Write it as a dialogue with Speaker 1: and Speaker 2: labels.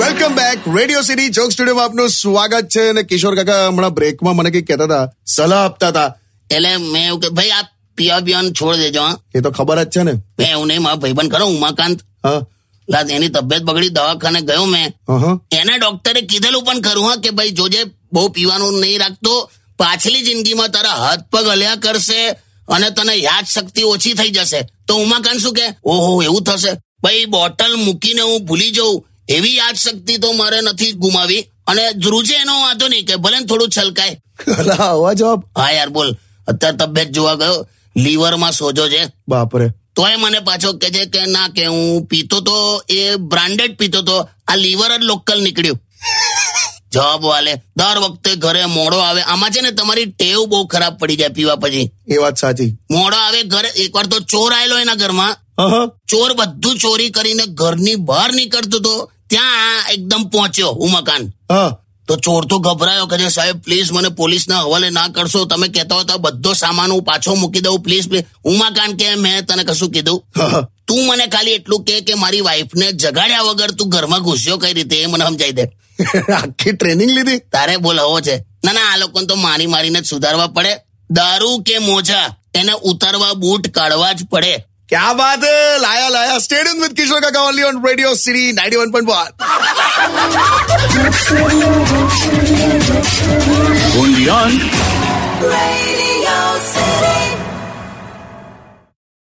Speaker 1: Welcome back radio city joke studio આપનું સ્વાગત છે અને કિશોર કાકા હમણાં બ્રેકમાં મને કઈ કહેતા હતા સલાહ આપતા હતા
Speaker 2: એટલે મેં એવું કે ભાઈ આ પીવા પીવાનું છોડ દેજો હા
Speaker 1: એ તો ખબર જ છે ને
Speaker 2: મેં એવું નહીં મારા ભાઈબંધ ખરો ઉમાકાંત
Speaker 1: હા
Speaker 2: લા એની તબિયત બગડી દવાખાને ગયો મેં
Speaker 1: અહં.
Speaker 2: એને ડોક્ટરે કીધેલું પણ ખરું હા કે ભાઈ જોજે બહુ પીવાનું નહીં રાખતો પાછલી જિંદગીમાં તારા હાથ પગ હલ્યા કરશે અને તને યાદ શક્તિ ઓછી થઈ જશે તો ઉમાકાંત શું કે ઓહો એવું થશે ભાઈ બોટલ મૂકીને હું ભૂલી જઉં એવી યાદ શક્તિ તો મારે નથી ગુમાવી અને ધ્રુજે એનો વાંધો નહીં કે ભલે ને થોડું છલકાય
Speaker 1: અલા, આવા જવાબ
Speaker 2: હા યાર બોલ અત્યારે તબિયત જોવા ગયો લીવરમાં સોજો છે
Speaker 1: બાપરે
Speaker 2: તોય મને પાછો કે છે કે ના કે હું પીતો તો એ બ્રાન્ડેડ પીતો તો આ લીવર જ લોકલ નીકળ્યું જવાબ વાલે દર વખતે ઘરે મોડો આવે આમાં છે ને તમારી ટેવ બહુ ખરાબ પડી જાય પીવા પછી
Speaker 1: એ વાત સાચી
Speaker 2: મોડો આવે ઘરે એકવાર તો ચોર આયેલો એના ઘરમાં
Speaker 1: અહં.
Speaker 2: ચોર બધું ચોરી કરીને ઘરની બહાર નીકળતો તો ત્યાં આ એકદમ પહોંચ્યો ઉમકાન
Speaker 1: હા
Speaker 2: તો ચોર તો ગભરાયો કે સાહેબ પ્લીઝ મને પોલીસના હવાલે ના કરશો તમે કહેતા હોય તો આ બધો સામાન હું પાછો મૂકી દઉં પ્લીઝ ઉમાકાંત કે મેં તને કશું કીધું
Speaker 1: હા.
Speaker 2: તું મને ખાલી એટલું કે કે મારી વાઈફને જગાડ્યા વગર તું ઘરમાં ઘૂસ્યો કઈ રીતે એ મને સમજાઈ દે
Speaker 1: આખી ટ્રેનિંગ લીધી
Speaker 2: તારે બોલ હવો છે ના ના આ લોકોને તો મારી મારીને જ સુધારવા પડે દારૂ કે મોજા એને ઉતારવા બૂટ કાઢવા જ પડે
Speaker 1: ક્યાં વાત હે? લાયા લાયા સ્ટેડિયમ વિથ કિશોર કાકા only on radio city ninety one
Speaker 3: only on
Speaker 4: Radio City.